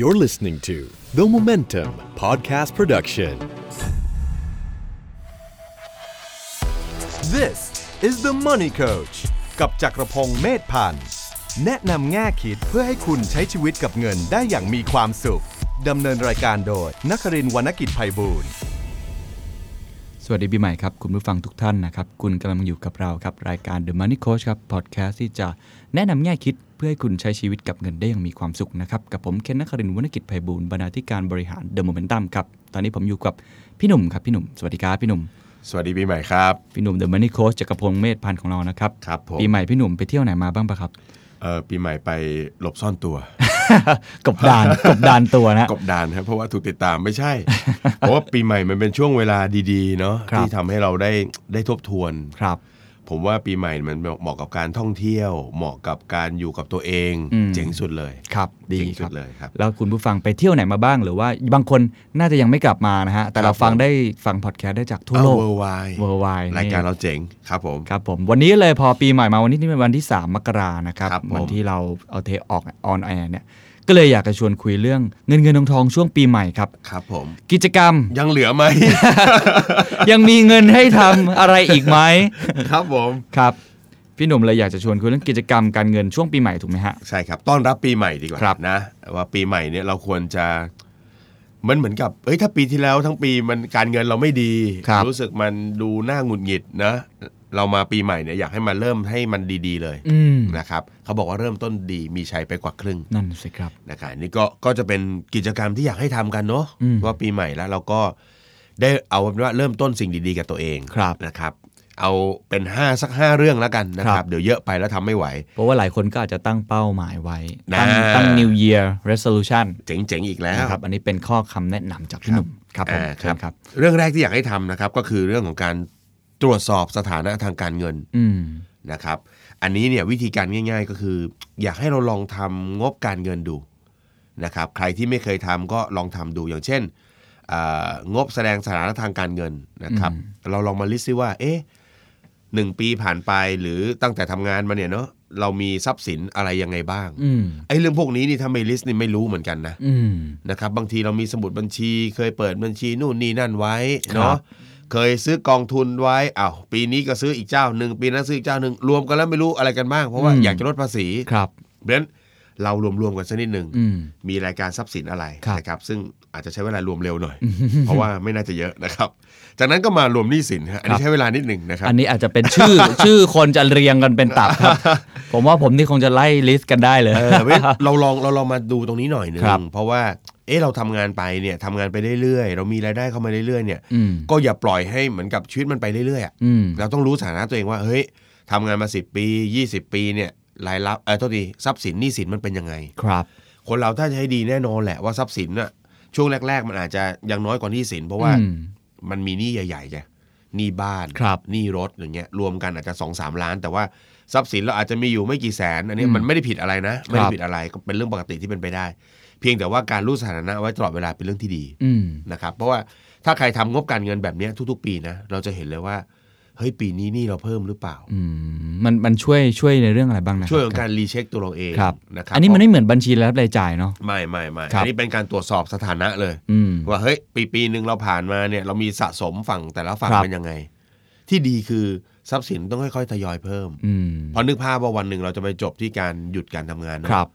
You're listening to The Momentum Podcast Production. This is the Money Coach กับจักรพงศ์เมธพันธ์ แนะนำแง่คิดเพื่อให้คุณใช้ชีวิตกับเงินได้อย่างมีความสุข ดำเนินรายการโดยนักรินทร์วรรณกิจไพบูลย์ สวัสดีปีใหม่ครับ คุณผู้ฟังทุกท่านนะครับ คุณกำลังอยู่กับเราครับ รายการ The Money Coach ครับพอดแคสต์ที่จะแนะนำแง่คิดเพื่อให้คุณใช้ชีวิตกับเงินได้อย่างมีความสุขนะครับ กับผมเคนนักครินทร์วรรณกิจไพบูลย์บรรณาธิการบริหาร The Momentum ครับ ตอนนี้ผมอยู่กับพี่หนุ่มครับพี่หนุ่มสวัสดีครับพี่หนุ่ม สวัสดีปีใหม่ครับ พี่หนุ่ม The Money Coach จักรพงศ์เมธพันธ์ของเรานะครับ ครับผม ปีใหม่พี่หนุ่มไปเที่ยวไหนมาบ้างปะครับ เอ่อปีใหม่ไปหลบซ่อน ตัว กบ ดาน กบดานตัวนะ กบดานครับเพราะว่าถูกติดตามไม่ใช่ เพราะว่าปีใหม่มันเป็นช่วงเวลาดีๆเนาะ ครับ ที่ทำให้เราได้ได้ทบทวน ครับ ผมว่าปีใหม่มันเหมาะกับการท่องเที่ยว เหมาะกับการอยู่กับตัวเอง อืม เจ๋งสุดเลย ครับดี เจ๋ง ค สุ รับ ดเลยครับ แล้วคุณผู้ฟังไปเที่ยวไหนมาบ้าง หรือว่าบางคนน่าจะยังไม่กลับมานะฮะแต่เรา ครับ ฟัง ผม ได้ฟังพอดแคสต์ได้จากทั่วโลก เวอร์ไวาย Worldwide รายการ นี่ เราเจ๋งครับผม ครับผมวันนี้เลยพอปีใหม่มาวันนี้นี่เป็นวันที่ 3 มกรานะครับ ครับผม วันที่เราเอาเทออกออนแอร์เนี่ยก็เลยอยากจะชวนคุยเรื่องเงินเงินทองทองช่วงปีใหม่ครับ ครับผม กิจกร รม ยังเหลือไหม ยังมีเงินให้ทำอะไรอีกไหม ครับผม ครับ พี่หนุ่มเลยอยากจะชวนคุยเรื่องกิจกรรมการเงินช่วงปีใหม่ถูกไหมฮะ ใช่ครับต้อนรับปีใหม่ดีกว่า ครับ นะว่าปีใหม่เนี่ยเราควรจะมันเหมือนกับเอ้ยถ้าปีที่แล้วทั้งปีมันการเงินเราไม่ดี ครับ สึกมันดูน่าหงุดหงิดนะ เรามาปีใหม่เนี่ยอยากให้มันเริ่มให้มันดีๆเลย อืม นะครับเขาบอกว่าเริ่มต้นดีมีชัยไปกว่าครึ่ง นั่นสิครับ นะครับอันนี่ก็ก็จะเป็นกิจกรรมที่อยากให้ทำกันเนาะ อืม ว่าปีใหม่แล้วเราก็ได้เอาเป็นว่าเริ่มต้นสิ่งดีๆกับตัวเอง ครับ นะครับ เอาเป็นห้าสักห้าเรื่องแล้วกันนะคครั รับ บ เดี๋ยวเยอะไปแล้วทำไม่ไหว เพราะว่าหลายคนก็อาจจะตั้งเป้าหมายไว้ นะ ตั้งตั้ง New Year Resolution เจ๋งๆอีกแล้ว นะครับอันนี้เป็นข้อคำแนะนำจากพี่หนุ่มครับผม อ่า เชิญครับ เรื่องแรกที่อยากให้ทำนะครับก็คือเรื่องของการตรวจสอบสถานะทางการเงิน อืม นะครับ อันนี้เนี่ยวิธีการง่าย ๆ ก็คือ อยากให้เราลองทำงบการเงินดูนะครับใครที่ไม่เคยทำก็ลองทำดูอย่างเช่นเอ่องบแสดงสถานะทางการเงินนะครับ เราลองมาลิสต์ซิว่าเอ๊ะหนึ่งปีผ่านไปหรือตั้งแต่ทำงานมาเนี่ยเนาะเรามีทรัพย์สินอะไรยังไงบ้าง อืม ไอ้เรื่องพวกนี้นี่ถ้าไม่ลิสต์นี่ไม่รู้เหมือนกันนะ อืม นะครับบางทีเรามีสมุดบัญชี เคยเปิดบัญชีนู่นนี่นั่นไว้ ครั เนาะ บ เคยซื้อกองทุนไว้อ้าวปีนี้ก็ซื้ออีกเจ้าหนึ่งปีนั้นซื้ออีกเจ้าหนึ่งรวมกันแล้วไม่รู้อะไรกันบ้าง เพราะว่าอยากจะลดภาษี ครับ เพราะฉะนั้นเรารวมๆกันสักนิดหนึ่ง อืม มีรายการทรัพย์สินอะไร ครับ นะครับซึ่งอาจจะใช้เวลารวมเร็วหน่อย เพราะว่าไม่น่าจะเยอะนะครับจากนั้นก็มารวมหนี้สินฮะอัน ครั นี้ บ ใช้เวลานิดหนึ่งนะครับ อันนี้อาจจะเป็น ชื่อ ชื่อคนจะเรียงกันเป็นตับครับ ผมว่าผมนี่คงจะไล่ลิสต์กันได้เลย เอ อเว้ยเราลองเราลองมาดูตรงนี้หน่อยหนึง ครับ เพราะว่าเอ๊ะเราทำงานไปเนี่ยทำงานไปเรื่อยๆ เรามีรายได้เข้ามาเรื่อยๆเนี่ย อืม ก็อย่าปล่อยให้เหมือนกับชีวิตมันไปเรื่อยๆอะ อืม เราต้องรู้สถานะตัวเองว่าเฮ้ยทำงานมา 10 ปี 20 ปีเนี่ยรายรับเออโทษทีทรัพย์สินหนี้สินมันเป็นยังไง ครับ คนเราถ้าจะให้ดีแน่นอนแหละว่าทรัพย์สินน่ะช่วงแรก ๆ มันอาจจะยังน้อยกว่าหนี้สิน เพราะว่า อืม มันมีหนี้ใหญ่ๆไงหนี้บ้าน ครับ หนี้รถอย่างเงี้ยรวมกันอาจจะสองสามล้าน แต่ว่าทรัพย์สินเราอาจจะมีอยู่ไม่กี่แสน อันนี้ อืม มันไม่ได้ผิดอะไรนะ ไม่ ครั ได้ บ ผิดอะไรก็เป็นเรื่องปกติที่เป็นไปได้ เพียงแต่ว่าการรู้สถานะไว้ตลอดเวลาเป็นเรื่องที่ดี อืม นะครับเพราะว่าถ้าใครทำงบการเงินแบบเนี้ยทุก ๆ ปีนะเราจะเห็นเลยว่าเฮ้ยปีนี้หนี้เราเพิ่มหรือเปล่า อืม มัน มันช่วย ช่วยในเรื่องอะไรบ้างนะ ช่วยของการรีเช็คตัวเราเอง ครับ นะครับ อันนี้มันไม่เหมือนบัญชีรายรับรายจ่ายเนาะ ไม่ไม่ไม่ ครับ อันนี้เป็นการตรวจสอบสถานะเลย อืม ว่าเฮ้ยปีปีหนึ่งเราผ่านมาเนี่ยเรามีสะสมฝั่งแต่ละฝั่ง ครับ เป็นยังไง ที่ดีคือทรัพย์สินต้องค่อยๆทยอยเพิ่ม อืม เพราะนึกภาพว่าวันหนึ่งเราจะไปจบที่การหยุดการทำงานเนอะ ครับ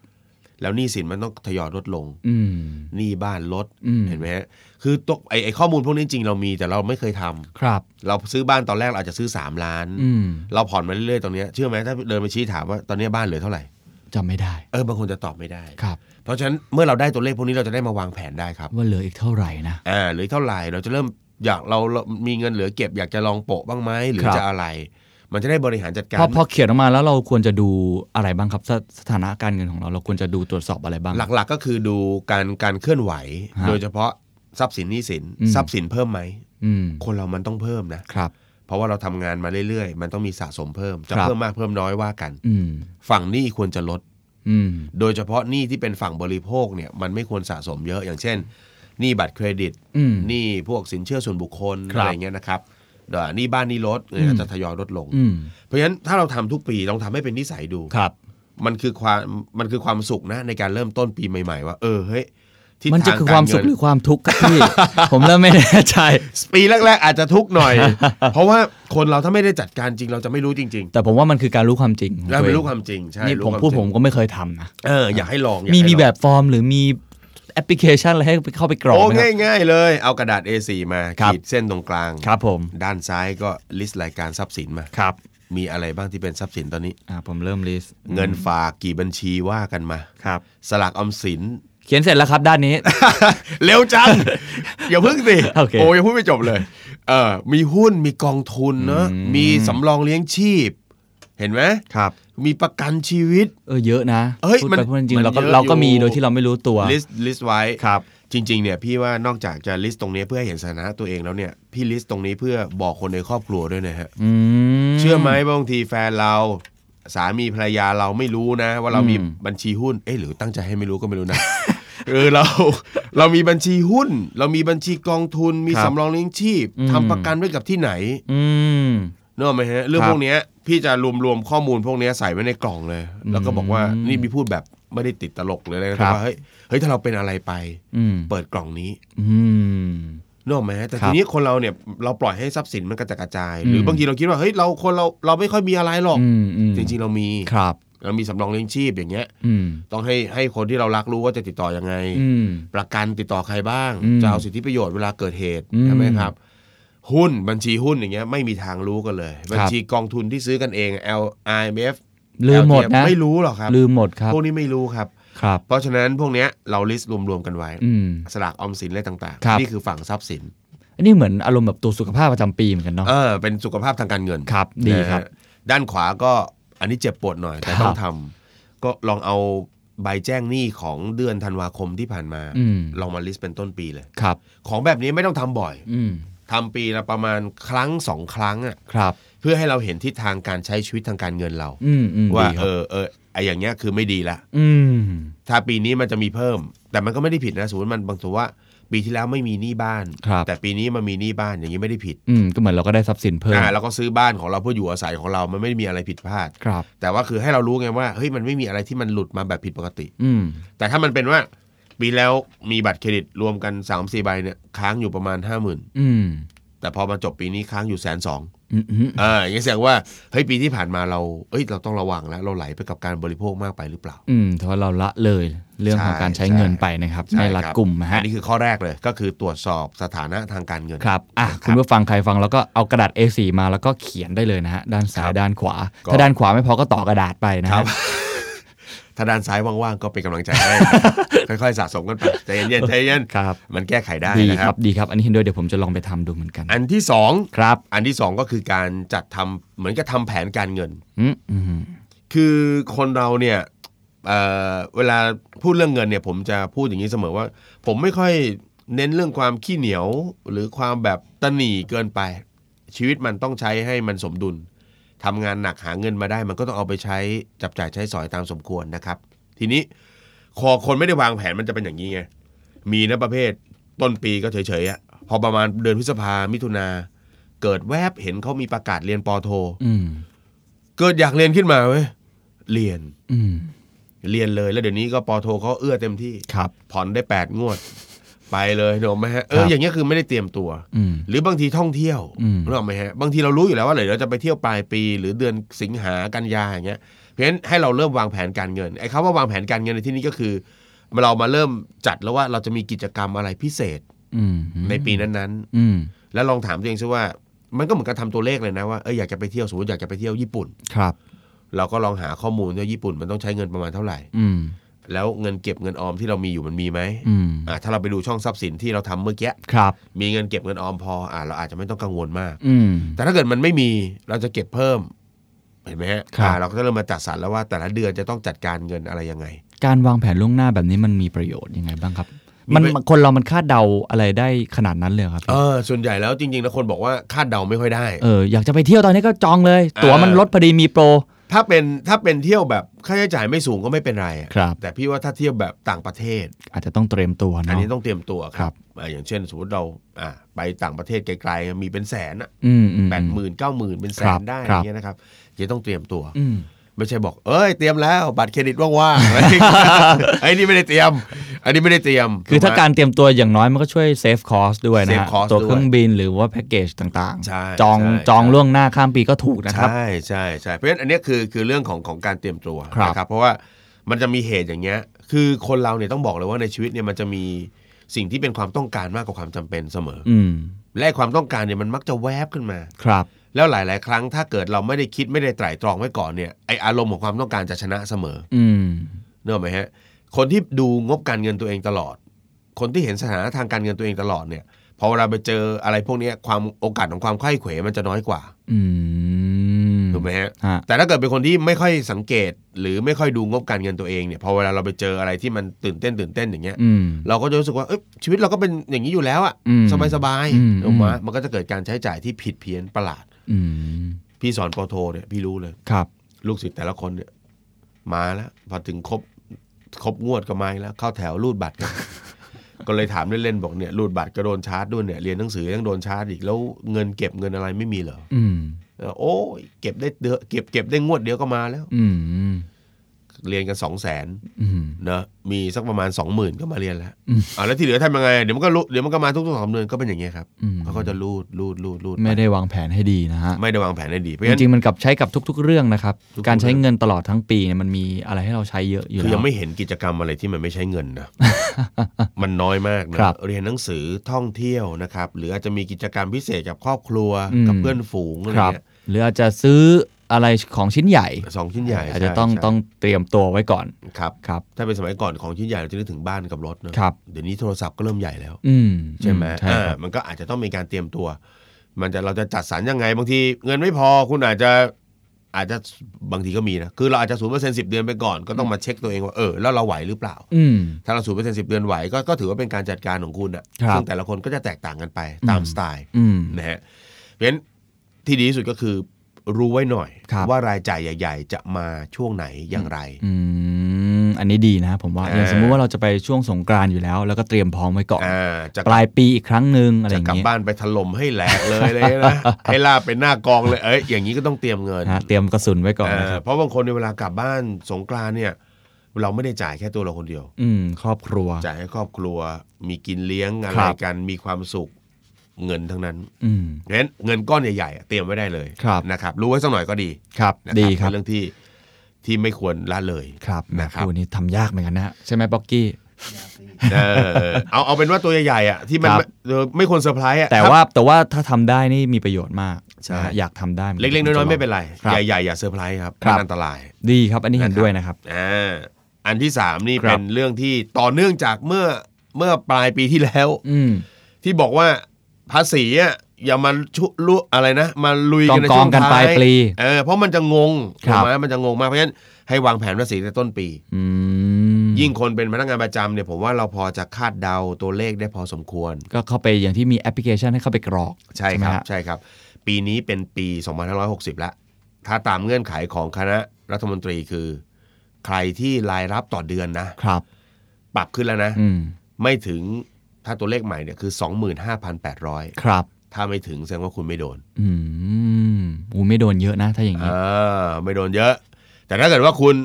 แล้วหนี้สินมันต้องทยอยลดลง อืม หนี้บ้านลด อืม เห็นไหมฮะคือตกไอไอข้อมูลพวกนี้จริงๆเรามีแต่เราไม่เคยทำ ครับ เราซื้อบ้านตอนแรกเราอาจจะซื้อ 3 ล้าน อืม เราผ่อนมาเรื่อยๆตรงเนี้ยเชื่อไหมถ้าเดินไปชี้ถามว่าตอนเนี้ยบ้านเหลือเท่าไหร่ จำไม่ได้ เออบางคนจะตอบไม่ได้ ครับ เพราะฉะนั้นเมื่อเราได้ตัวเลขพวกนี้เราจะได้มาวางแผนได้ครับ ว่าเหลืออีกเท่าไหร่นะ อ่าหรือเท่าไหร่เราจะเริ่มอยากเราเรามีเงินเหลือเก็บอยากจะลองโปะบ้างไหมหรือ ครับ จะอะไร มันจะได้บริหารจัดการ พอ พอเขียนออกมาแล้วเราควรจะดูอะไรบ้างครับ สสถานะการเงินของเรา เราควรจะดูตรวจสอบอะไรบ้าง หลักๆก็คือดูการการเคลื่อนไหว ฮะ โดยเฉพาะทรัพย์สินหนี้สิน อืม ทรัพย์สินเพิ่มไหม อืม คนเรามันต้องเพิ่มนะ ครับ เพราะว่าเราทำงานมาเรื่อยๆ มันต้องมีสะสมเพิ่ม จะ ครับ เพิ่มมากเพิ่มน้อยว่ากัน อืม ฝั่งหนี้ควรจะลด อืม โดยเฉพาะหนี้ที่เป็นฝั่งบริโภคเนี่ยมันไม่ควรสะสมเยอะอย่างเช่นหนี้บัตรเครดิต อืม หนี้พวกสินเชื่อส่วนบุคคล ครับ อะไรเงี้ยนะครับเอ่อหนี้บ้านหนี้รถเนี่ยอาจจะทยอยลดลง อืม เพราะฉะนั้นถ้าเราทำทุกปีลองทำให้เป็นนิสัยดู ครับ มันคือความมันคือความสุขนะในการเริ่มต้นปีใหม่ ๆ ว่า เออเฮ้ย ทิศ มันจะ ทาง คือกาวคาร มสุ เงิ ข น หรือความทุกข์ครับ พี่ ผมเริ่มไม่แน่ใจ ปีแรก ๆ อาจจะทุกข์ห น่อย เพราะว่าคนเราถ้าไม่ได้จัดการจริงเราจะไม่รู้จริง แต่ผมว่ามันคือการรู้ความจริงของ ๆเราไม่รู้ ตัวเอง ความจริงใช่ นี่ รู้ ผม ควา พูด จริง ผมก็ไม่เคยทำนะ เอออยากให้ลองอยาก มี ให้ มี ลอง แบบฟอร์มหรือมีแอปพลิเคชันอะไรให้เข้าไปกรอก โอ้ ไหมครับ ง่าย ๆ เลยเอากระดาษ A4 มา ครับ ขีดเส้นตรงกลาง ครับผม ด้านซ้ายก็ลิสต์รายการทรัพย์สินมา ครับ มีอะไรบ้างที่เป็นทรัพย์สินตอนนี้ อ่าผมเริ่มลิสต์ เงินฝากกี่บัญชีว่ากันมา ครับ สลากออมสิน เขียนเสร็จแล้วครับด้าน นี้ เร็วจัง อย่าพึ่งสิ โอเค โอ้ยังพูดไม่จบเลยเออมีหุ้นมีกองทุนเนอะ อืม มีสำรองเลี้ยงชีพ เห็นไหม ครับ มีประกันชีวิต เออเยอะนะ เอ้ย พูด มัน ไปพูดจริง มั ๆ น เราก็ เยอะ เราก็ อยู่ มีโดยที่เราไม่รู้ตัว ลิสต์ลิสต์ไว้ ครับ จริงๆเนี่ยพี่ว่านอกจากจะลิสต์ตรงนี้เพื่อให้เห็นสถานะตัวเองแล้วเนี่ยพี่ลิสต์ตรงนี้เพื่อบอกคนในครอบครัวด้วยนะฮะ อืม เชื่อไหมบางทีแฟนเรา สามีภรรยาเราไม่รู้นะ ว่าเรามี อืม บัญชีหุ้น เอ๊ะหรือตั้งใจให้ไม่รู้ก็ไม่รู้นะ เออเรา เรามีบัญชีหุ้น เรามีบัญชีกองทุน มีสำรองเลี้ยงชีพทำประกันไว้กับที่ไหน อืม เนกอะไหมฮะเรื่อง ครับ พวกเนี้ยพี่จะรวมรวมๆข้อมูลพวกเนี้ยใส่ไว้ในกล่องเลย แล้วก็บอกว่านี่มีพูดแบบไม่ได้ติดตลกเลยนะ ครั แต่ บ ว่าเฮ้ยเฮ้ยถ้าเราเป็นอะไรไป อืม เปิดกล่องนี้ อืม นึกออกไหมฮะแต่ ครั ที บ นี้คนเราเนี่ยเราปล่อยให้ทรัพย์สินมันกระจัดกระจาย อืม หรือบางทีเราคิดว่าเฮ้ยเราคนเราเราไม่ค่อยมีอะไรหรอก อืมอืม จริงๆเรามี ครับ เรามีสำรองเลี้ยงชีพอย่างเงี้ย อืม ต้องให้ให้คนที่เรารักรู้ว่าจะติดต่อยังไง อืม ประกันติดต่อใครบ้าง อืม จะเอาสิทธิประโยชน์เวลาเกิดเหตุ อืม ใช่ไหมครับ หุ้นบัญชีหุ้นอย่างเงี้ยไม่มีทางรู้กันเลย บัญชีกองทุนที่ซื้อกันเอง L I M F ลืมหมดนะ ไม่รู้หรอกครับ ลืมหมดครับ พวกนี้ไม่รู้ครับ ครับ เพราะฉะนั้นพวกเนี้ยเราลิสต์รวมๆกันไว้ อืม สลากออมสินอะไรต่าง ครับ ๆ นี่คือฝั่งทรัพย์สิน อันนี้เหมือนอารมณ์แบบตัวสุขภาพประจำปีเหมือนกันเนาะ เออเป็นสุขภาพทางการเงิน ครับดี นะฮะ ครับ ด้านขวาก็อันนี้เจ็บปวดหน่อย แต่ ครับ ต้องทำก็ลองเอาใบแจ้งหนี้ของเดือนธันวาคมที่ผ่านมา อืม ลองมาลิสต์เป็นต้นปีเลย ครับ ของแบบนี้ไม่ต้องทำบ่อย อืม ทำปีละประมาณครั้งสองครั้งอ่ะ ครับ เพื่อให้เราเห็นทิศทางการใช้ชีวิตทางการเงินเรา อืมอืม ว่า ดีค เอ รับ อเออไออย่างเงี้ยคือไม่ดีละ อืม ถ้าปีนี้มันจะมีเพิ่ม แต่มันก็ไม่ได้ผิดนะสมมติมันบางตัวว่า ปีที่แล้วไม่มีหนี้บ้าน ครับ แต่ปีนี้มันมีหนี้บ้านอย่างนี้ไม่ได้ผิด อืมก็เหมือนเราก็ได้ทรัพย์สินเพิ่ม อ่าแล้วก็ซื้อบ้านของเราเพื่ออยู่อาศัยของเรา มันไม่ได้มีอะไรผิดพลาด ครับ แต่ว่าคือให้เรารู้ไงว่าเฮ้ยมันไม่มีอะไรที่มันหลุดมาแบบผิดปกติ อืม แต่ถ้ามันเป็นว่า ปีแล้วมีบัตรเครดิตรวมกัน3ามสี่ใบเนี่ยค้างอยู่ประมาณ 5 0,000 อืม แต่พอมาจบปีนี้ค้างอยู่แสนสอง อืมอืม อ่าอย่างนี้แสดงว่าเฮ้ยปีที่ผ่านมาเราเอ้ยเราต้องระวังแล้วเราไหลไปกับการบริโภคมากไปหรือเปล่า อืมเพราะเราละเลยเรื่องของการใช้เงินไปนะครับ ใช่ ไม่ ครับ รัดกลุ่มนะ อั ฮะ นนี้คือข้อแรกเลยก็คือตรวจสอบสถานะทางการเงิน ครับอ่ะ ครับ คุณผู้ฟังใครฟังแล้วก็เอากระดาษ A4 มาแล้วก็เขียนได้เลยนะฮะด้านซ้า ครั ย บ ด้านขวา ก็ ถ้าด้านขวาไม่พอก็ต่อกระดาษไปนะ ค ฮะ รับ ถ้าด้านซ้ายว่างๆก็เป็นกำลังใจให้ ครับค่อยๆสะสมกันไปใจเย็นๆใจเย็น ครับ มันแก้ไขได้ ดี นะ ค ค รั รับ บดีครับ อันนี้เห็นด้วยเดี๋ยวผมจะลองไปทำดูเหมือนกัน อันที่สอง ครับ อันที่สองก็คือการจัดทำเหมือนกับทำแผนการเงิน อืมอืม คือคนเราเนี่ยเอ่อเวลาพูดเรื่องเงินเนี่ย ผมจะพูดอย่างนี้เสมอว่า ผมไม่ค่อยเน้นเรื่องความขี้เหนียว หรือความแบบตะหนีเกินไป ชีวิตมันต้องใช้ให้มันสมดุลทำงานหนักหาเงินมาได้ มันก็ต้องเอาไปใช้จับจ่ายใช้สอยตามสมควรนะครับ ทีนี้คอคนไม่ได้วางแผนมันจะเป็นอย่างนี้ไงมีนะประเภทต้นปีก็เฉยๆอะพอประมาณเดือนพฤษภามิถุนาเกิดแวบเห็นเขามีประกาศเรียนปอโท อืม เกิดอยากเรียนขึ้นมาเว้ยเรียน อืม เรียนเลยแล้วเดี๋ยวนี้ก็ปอโทเขาเอื้อเต็มที่ ครับ ผ่อนได้ 8 งวด ไปเลยเนกออกไหมฮะเอ ครั อบ อย่างเงี้ยคือไม่ได้เตรียมตัว อืม หรือบางทีท่องเที่ยว อืม นึกออกไหมฮะบางทีเรารู้อยู่แล้วว่าเดี๋ยวเราจะไปเที่ยวปลายปี หรือเดือนสิงหากันยาอย่างเงี้ยเพราะฉะนั้นให้เราเริ่มวางแผนการเงินไอ้คำว่าวางแผนการเงินในที่นี้ก็คือ เรามาเริ่มจัดแล้วว่าเราจะมีกิจกรรมอะไรพิเศษ อืม ในปีนั้น อืม ๆ แล้วลองถามตัวเองซิว่า มันก็เหมือนกับทำตัวเลขเลยนะว่าเอออยากจะไปเที่ยวสมมติอยากจะไปเที่ยวญี่ปุ่น ครับ เราก็ลองหาข้อมูลว่าญี่ปุ่นมันต้องใช้เงินประมาณเท่าไหร่ อืม แล้วเงินเก็บเงินออมที่เรามีอยู่มันมีไหม อืม อ่าถ้าเราไปดูช่องทรัพย์สินที่เราทำเมื่อกี้ ครับ มีเงินเก็บเงินออมพออ่าเราอาจจะไม่ต้องกังวลมาก อืม แต่ถ้าเกิดมันไม่มีเราจะเก็บเพิ่ม เห็นไหมฮะ ครับ อ่าเราก็จะเริ่มมาจัดสรรแล้วว่าแต่ละเดือนจะต้องจัดการเงินอะไรยังไง การวางแผนล่วงหน้าแบบนี้มันมีประโยชน์ยังไงบ้างครับ มี มัน ไหม คนเรามันคาดเดาอะไรได้ขนาดนั้นเลยเหรอครับ เออส่วนใหญ่แล้วจริงๆแล้วคนบอกว่าคาดเดาไม่ค่อยได้ เอออยากจะไปเที่ยวตอนนี้ก็จองเลย เออ ตั๋วมันลดพอดีมีโปร ถ้าเป็นถ้าเป็นเที่ยวแบบค่าใช้จ่ายไม่สูงก็ไม่เป็นไรอะ ครับ แต่พี่ว่าถ้าเที่ยวแบบต่างประเทศ อาจจะต้องเตรียมตัว อัน เนาะ นี้ต้องเตรียมตัวค ครั รับบ อ่าอย่างเช่นสมมติเราอ่าไปต่างประเทศไกลๆมีเป็นแสนอะ อืมอืม แปดหมื่นเก้าหมื่นเป็นแส ครั น บ ได้อ ครับ ย่างเงี้ยนะครับจะต้องเตรียมตัว อืม ไ ไม่ใช่บอก เอ้ยเตรียมแล้ว บัตรเครดิตว่างๆอะไรอย่างเงี้ย ไอ้นี่ไม่ได้เตรียม อันนี้ไม่ได้เตรียม คือถ้า ถูไหม การเตรียมตัวอย่างน้อยมันก็ช่วยเซฟคอสด้วยนะฮะ save cost ตัวเครื่องบินหรือว่าแพ็กเกจต่าง ใช่ จอง ใช่ จอง ใช่ ล่วงหน้าข้ามปีก็ถูกนะครับ ใช่ใช่ใช่เพราะฉะนั้นอันเนี้ยคือคือเรื่องของของการเตรียมตัว ครับ นะครับ เพราะว่ามันจะมีเหตุอย่างเงี้ย คือคนเราเนี่ยต้องบอกเลยว่าในชีวิตเนี่ยมันจะมีสิ่งที่เป็นความต้องการมากกว่าความจำเป็นเสมอ อืม และความต้องการเนี่ยมันมักจะแวบขึ้นมา ครับ แล้วหลาย ๆ ครั้งถ้าเกิดเราไม่ได้คิดไม่ได้ไตร่ตรองไว้ก่อนเนี่ยไออารมณ์ของความต้องการจะชนะเสมอ อืม เนกอะไหมฮะคนที่ดูงบการเงินตัวเองตลอด คนที่เห็นสถานะทางการเงินตัวเองตลอดเนี่ยพอเวลาไปเจออะไรพวกเนี้ยความโอกาสของความไข้เขวมันจะน้อยกว่า อืม ถูกไหมฮะ ฮะ แต่ถ้าเกิดเป็นคนที่ไม่ค่อยสังเกต หรือไม่ค่อยดูงบการเงินตัวเองเนี่ยพอเวลาเราไปเจออะไรที่มันตื่นเต้นตื่นเต้นอย่างเงี้ย อืม เราก็จะรู้สึกว่าเอ้ยชีวิตเราก็เป็นอย่างนี้อยู่แล้วอะ อืม สบายสบาย อืม ถูกไหมมันก็จะเกิดการใช้จ่ายที่ผิดเพี้ยนประหลาด อืม พี่สอนปอโทเนี่ยพี่รู้เลย ครับ ลูกศิษย์แต่ละคนเนี่ย มาแล้ว พอถึงครบครบงวดก็มาอีกแล้วเข้าแถวรูดบัตรกัน ก็เลยถามเล่นๆบอกเนี่ยรูดบัตรก็โดนชาร์จด้วยเนี่ยเรียนหนังสือยังโดนชาร์จอีกแล้วเงินเก็บเงินอะไรไม่มีเหรอ อืม เออโอ้ยเก็บได้เดือนเก็บเก็บได้งวดเดียวก็มาแล้ว อืม เรียนกันสองแสน อืม นะมีสักประมาณสองหมื่นก็มาเรียนแล้ว อืม อ่าแล้วที่เหลือทำยังไงเดี๋ยวมันก็รู้เดี๋ยวมันก็มาทุกๆสามเดือนก็เป็นอย่างเงี้ยครับ อืม เขาก็จะรูดรูดรูดรูด ไม่ได้วางแผนให้ดีนะฮะ ไม่ได้วางแผนให้ดีเพราะ จ ฉะนั้น ริงๆมันกับใช้กับทุก ๆ เรื่องนะครับ ทุกๆ การใช้เงินตลอดทั้งปีเนี่ยมันมีอะไรให้เราใช้เยอะอยู่ คือ แล้วยังไม่เห็นกิจกรรมอะไรที่มันไม่ใช้เงิน นะ มันน้อยมากนะครับ เรียนหนังสือท่องเที่ยวนะครับ หรืออาจจะมีกิจกรรมพิเศษกับครอบครัว อืม กับเพื่อนฝูงอะไร ครับ เงี้ย หรืออาจจะซื้ออะไรของชิ้นใหญ่ สองชิ้นใหญ่ อาจจะต้อง ใช่ ต้องเตรียมตัวไว้ก่อน ครับ ครับ ถ้าเป็นสมัยก่อนของชิ้นใหญ่เราจะนึกถึงบ้านกับรถนะครับ เดี๋ยวนี้โทรศัพท์ก็เริ่มใหญ่แล้ว อืม ใช่ไหม ใช่ อ่า ครับ มันก็อาจจะต้องมีการเตรียมตัว มันจะเราจะจัดสรรยังไง บางทีเงินไม่พอคุณอาจจะอาจจะบางทีก็มีนะ คือเราอาจจะศูนเปอร์เซ็นสิบเดือนไปก่อนก็ต้องมาเช็คตัวเองว่าเออแล้วเราไหวหรือเปล่า อืม ถ้าเราศูนเปอร์เซ็นสิบเดือนไหวก็ก็ถือว่าเป็นการจัดการของคุณอะ ครับ ซึ่งแต่ละคนก็จะแตกต่างกันไปตาม อืม สไตล์ อืม นะฮะเพราะฉะนั้นที่ดีที่สุดก็คือรู้ไว้หน่อย ครับ ว่ารายจ่ายใหญ่ ๆ จะมาช่วงไหนอย่างไร อืมอันนี้ดีนะผมว่า อ่า อย่างสมมุติว่าเราจะไปช่วงสงกรานต์อยู่แล้ว แล้วก็เตรียมพร้อมไว้ก่อน อ่าจะ ปลายปีอีกครั้งหนึ่งอะไรอ จะ ย่าง กลับ เงี้ย บ้านไปถล่มให้แหลกเลยเลย นะ ให้ลาบเป็นหน้ากองเลยเอ้ยอย่างนี้ก็ต้องเตรียมเงิน นะเตรียมกระสุนไว้ก่อนนะค เอ รั อบ เพราะบางคนในยเวลากลับบ้านสงกรานต์เนี่ย เราไม่ได้จ่ายแค่ตัวเราคนเดียว อืมครอบครัว จ่ายให้ครอบครัว มีกินเลี้ยงอะ ค ไร รับ กันมีความสุขเงินทั้งนั้น อืม เพราะฉะนั้นเงินก้อนใหญ่ๆอะเตรียมไว้ได้เลย ครับ นะครับรู้ไว้สักหน่อยก็ดี ครับ นะ ดีค เป็ รับ นเรื่องที่ที่ไม่ควรละเลย ครับแหม นะครับ พูดนี้ทำยากเหมือนกันนะฮะใช่ไหมป๊อกกี้ เออเอาเอาเป็นว่าตัวใหญ่ๆอ่ะที่มัน ครับ เออไม่ควรเซอร์ไพรส์อ่ะ แต่ว่าแต่ว่าถ้าทำได้นี่มีประโยชน์มาก ใช่ นะฮะอยากทำได้หมื เล็กๆน้อยๆไม่เป็นไร คบ ใหญ่ๆอย่าเซอร์ไพรส์ครับ ครับ มันอันตราย ดีครับ อันนี้เห็น นะครับ ด้วยนะครับ อ่าอันที่สามนี่ ครับ เป็นเรื่องที่ต่อเนื่องจากเมื่อเมื่อปลายปีที่แล้ว อืม ที่บอกว่าภาษีอ่ะอย่ามาชุลุอะไรนะมาลุยกันใน ก ช่ อ ว ง ง ๆกัน ท้าย ปลายปี เออเพราะมันจะงง ครั ถู บ กไหมมันจะงงมากเพราะฉะนั้นให้วางแผนภาษีในต้นปี อืม ยิ่งคนเป็นพนักงานประจำเนี่ยผมว่าเราพอจะคาดเดาตัวเลขได้พอสมควร ก็เข้าไปอย่างที่มีแอปพลิเคชันให้เข้าไปกรอก ใช่คใช่รับไหมฮะ ใช่ครับ ปีนี้เป็นปี 2560 ละถ้าตามเงื่อนไขของคณะรัฐมนตรีคือ ใครที่รายรับต่อเดือนนะครับ ปรับขึ้นแล้วนะ อืม ไม่ถึงถ้าตัวเลขใหม่เนี่ยคือ 25,800 ครับ ถ้าไม่ถึงแสดงว่าคุณไม่โดน อืมอูไม่โดนเยอะนะ ถ้าอย่างนี้ อ่าไม่โดนเยอะ แต่ถ้าเกิดว่าคุณ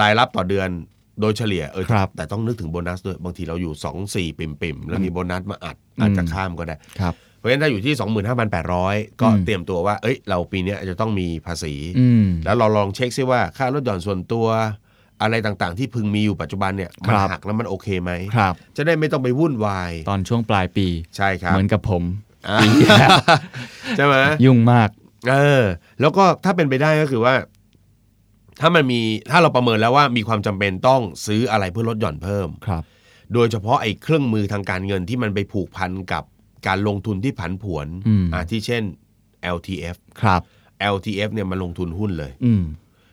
รายรับต่อเดือนโดยเฉลี่ยเออ ครับ แต่ต้องนึกถึงโบนัสด้วย บางทีเราอยู่ 2 4 ปิ่มปิ่มๆแล้วมีโบนัสมาอัดอาจจะข้ามก็ได้ ครับ เพราะฉะนั้นถ้าอยู่ที่ 25,800 ก็ อืม เตรียมตัวว่า เอ้ย เราปีเนี้ยจะต้องมีภาษี อืม แล้วเราลองเช็คซิว่าค่ารถหย่อนส่วนตัวอะไรต่างๆ ที่พึงมีอยู่ปัจจุบันเนี่ยมั ครับ หักแล้วมันโอเคไหม ครับ จะได้ไม่ต้องไปวุ่นวาย ตอนช่วงปลายปี ใช่ครับ เหมือนกับ ผม อ่าใช่ไหม ยุ่งมาก เออแล้วก็ถ้าเป็นไปได้ก็คือว่า ถ้ามันมีถ้าเราประเมินแล้วว่ามีความจำเป็นต้องซื้ออะไรเพื่อลดหย่อนเพิ่ม ครับ โดยเฉพาะไอ้เครื่องมือทางการเงินที่มันไปผูกพันกับการลงทุนที่ผันผวน อืม อาที่เช่น LTF ครับ LTF เนี่ยมันลงทุนหุ้นเลย อืม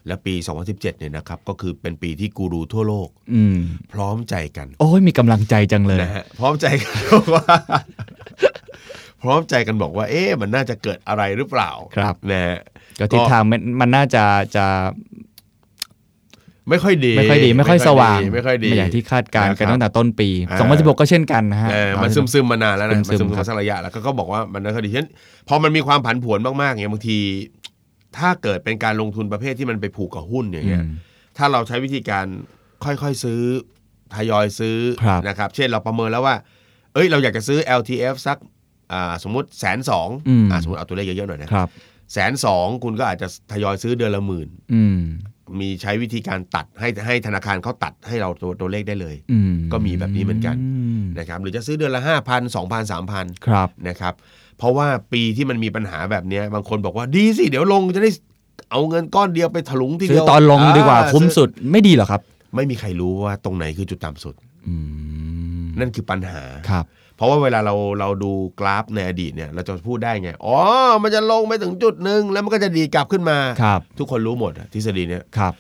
และปี 2017เนี่ยนะครับ ก็คือเป็นปีที่กูรูทั่วโลก อืม พร้อมใจกัน โอ้ยมีกำลังใจจังเลย นะฮะพร้อมใจกันบอกว่า พร้อมใจกันบอกว่า เอ๊ะมันน่าจะเกิดอะไรหรือเปล่า ครับ นะฮะ ก็ทิศทางมันมันน่าจะจะ ไม่ค่อยดี ไม่ค่อยดีไม่ค่อยสว่าง ไม่ค่อยดี อย่างที่คาดการณ์กันตั้งแต่ต้นปี อ่า 2016 ก็เช่นกันนะฮะ เออมันซึมซึมๆมานานแล้วนะ ซึ มัน มๆ ซึมๆ ครั มา บ สักระยะแล้วก็ก็บอกว่ามันไม่ค่อยดีฉะนั้นพอมันมีความผันผวนมากๆเนี่ยบางที ถ้าเกิดเป็นการลงทุนประเภทที่มันไปผูกกับหุ้นอย่างเงี้ย อืม ถ้าเราใช้วิธีการค่อยๆซื้อทยอยซื้อ ครับ นะครับ เช่นเราประเมินแล้วว่า เอ้ยเราอยากจะซื้อ LTF สักอ่าสมมติแสนสอง อืม สมมติเอาตัวเลขเยอะๆหน่อยนะครับ แสนสองคุณก็อาจจะทยอยซื้อเดือนละหมื่น อืม มีใช้วิธีการตัดให้ให้ธนาคารเขาตัดให้เราตัวตัวเลขได้เลย อืม ก็มีแบบนี้เหมือนกัน ม นะครับหรือจะซื้อเดือนละ 5 0 0 0 2,000 3,000 ครับ นะครับเพราะว่าปีที่มันมีปัญหาแบบเนี้ยบางคนบอกว่าดีสิ เดี๋ยวลงจะได้เอาเงินก้อนเดียวไปถลุงที ซื้ เดี อ ยว ตอนลงดีกว่า อ่ คุ้มสุดไม่ดีเหรอครับ ไม่มีใครรู้ว่าตรงไหนคือจุดต่ำสุด อืม นั่นคือปัญหา ครับ เพราะว่าเวลาเราเราดูกราฟในอดีตเนี่ย เราจะพูดได้ไง อ๋อ มันจะลงไปถึงจุดหนึ่งแล้วมันก็จะดีกลับขึ้นมา ครับ ทุกคนรู้หมดอะทฤษฎีเนี้ย ครับ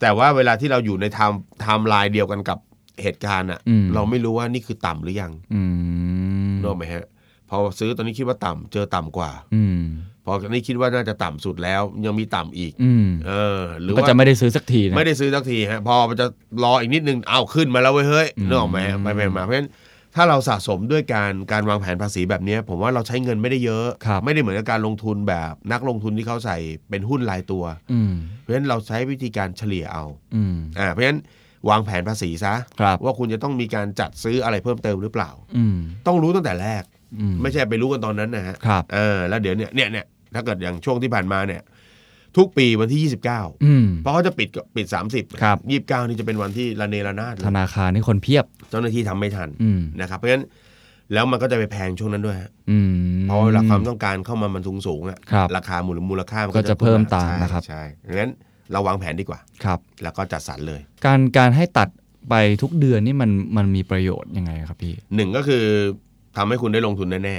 แต่ว่าเวลาที่เราอยู่ในไทม์ไทม์ไลน์เดียวกันกับเหตุการณ์อะ อืม เราไม่รู้ว่านี่คือต่ำหรือยัง อืม นึกออกไหมฮะพอซื้อตอนนี้คิดว่าต่ำเจอต่ำกว่า อืม พอนี่คิดว่าน่าจะต่ำสุดแล้วยังมีต่ำอีก อืม เออ หรือ ก็ ว่า จะไม่ได้ซื้อสักทีนะ ไม่ได้ซื้อสักทีฮะพอมันจะรออีกนิดนึงเอาขึ้นมาแล้วเว้ยเฮ้ย อืม นึกออกไหมไปไปมาเพราะฉะนั้นถ้าเราสะสมด้วยการการวางแผนภาษีแบบเนี้ยผมว่าเราใช้เงินไม่ได้เยอะ ครับ ไม่ได้เหมือนกับการลงทุนแบบนักลงทุนที่เขาใส่เป็นหุ้นรายตัว อืม เพราะฉะนั้นเราใช้วิธีการเฉลี่ยเอา อืม อ่าเพราะฉะนั้นวางแผนภาษีซะ ครับ ว่าคุณจะต้องมีการจัดซื้ออะไรเพิ่มเติมหรือเปล่า อืม ต้องรู้ตั้งแต่แรก อืม ไม่ใช่ไปรู้กันตอนนั้นนะฮะ ครับ เออแล้วเดี๋ยวเนี่ยเนี่ยเนี่ยถ้าเกิดอย่างช่วงที่ผ่านมาเนี่ย ทุกปีวันที่ 29 เ อืม พราะเขาจะปิดก็ปิด 30 ครับ ยี่สิบเก้านี่จะเป็นวันที่ระเนระนาดเลย ธนาคารนี่คนเพียบ เจ้าหน้าที่ทำไม่ทัน อืม นะครับเพราะฉะนั้นแล้วมันก็จะไปแพงช่วงนั้นด้วยฮะ อืม เพราะเวลาความต้องการเข้ามามันสูงสูงๆอะ ครับ ราคามูลมูลค่ามัน ก็จะเพิ่มตาม ใช่ นะครับ ใช่ดังนั้นเราวางแผนดีกว่า ครับ แล้วก็จัดสรรเลย การการให้ตัดไปทุกเดือนนี่มันมันมีประโยชน์ยังไงครับพี่ หนึ่งก็คือทำให้คุณได้ลงทุนแน่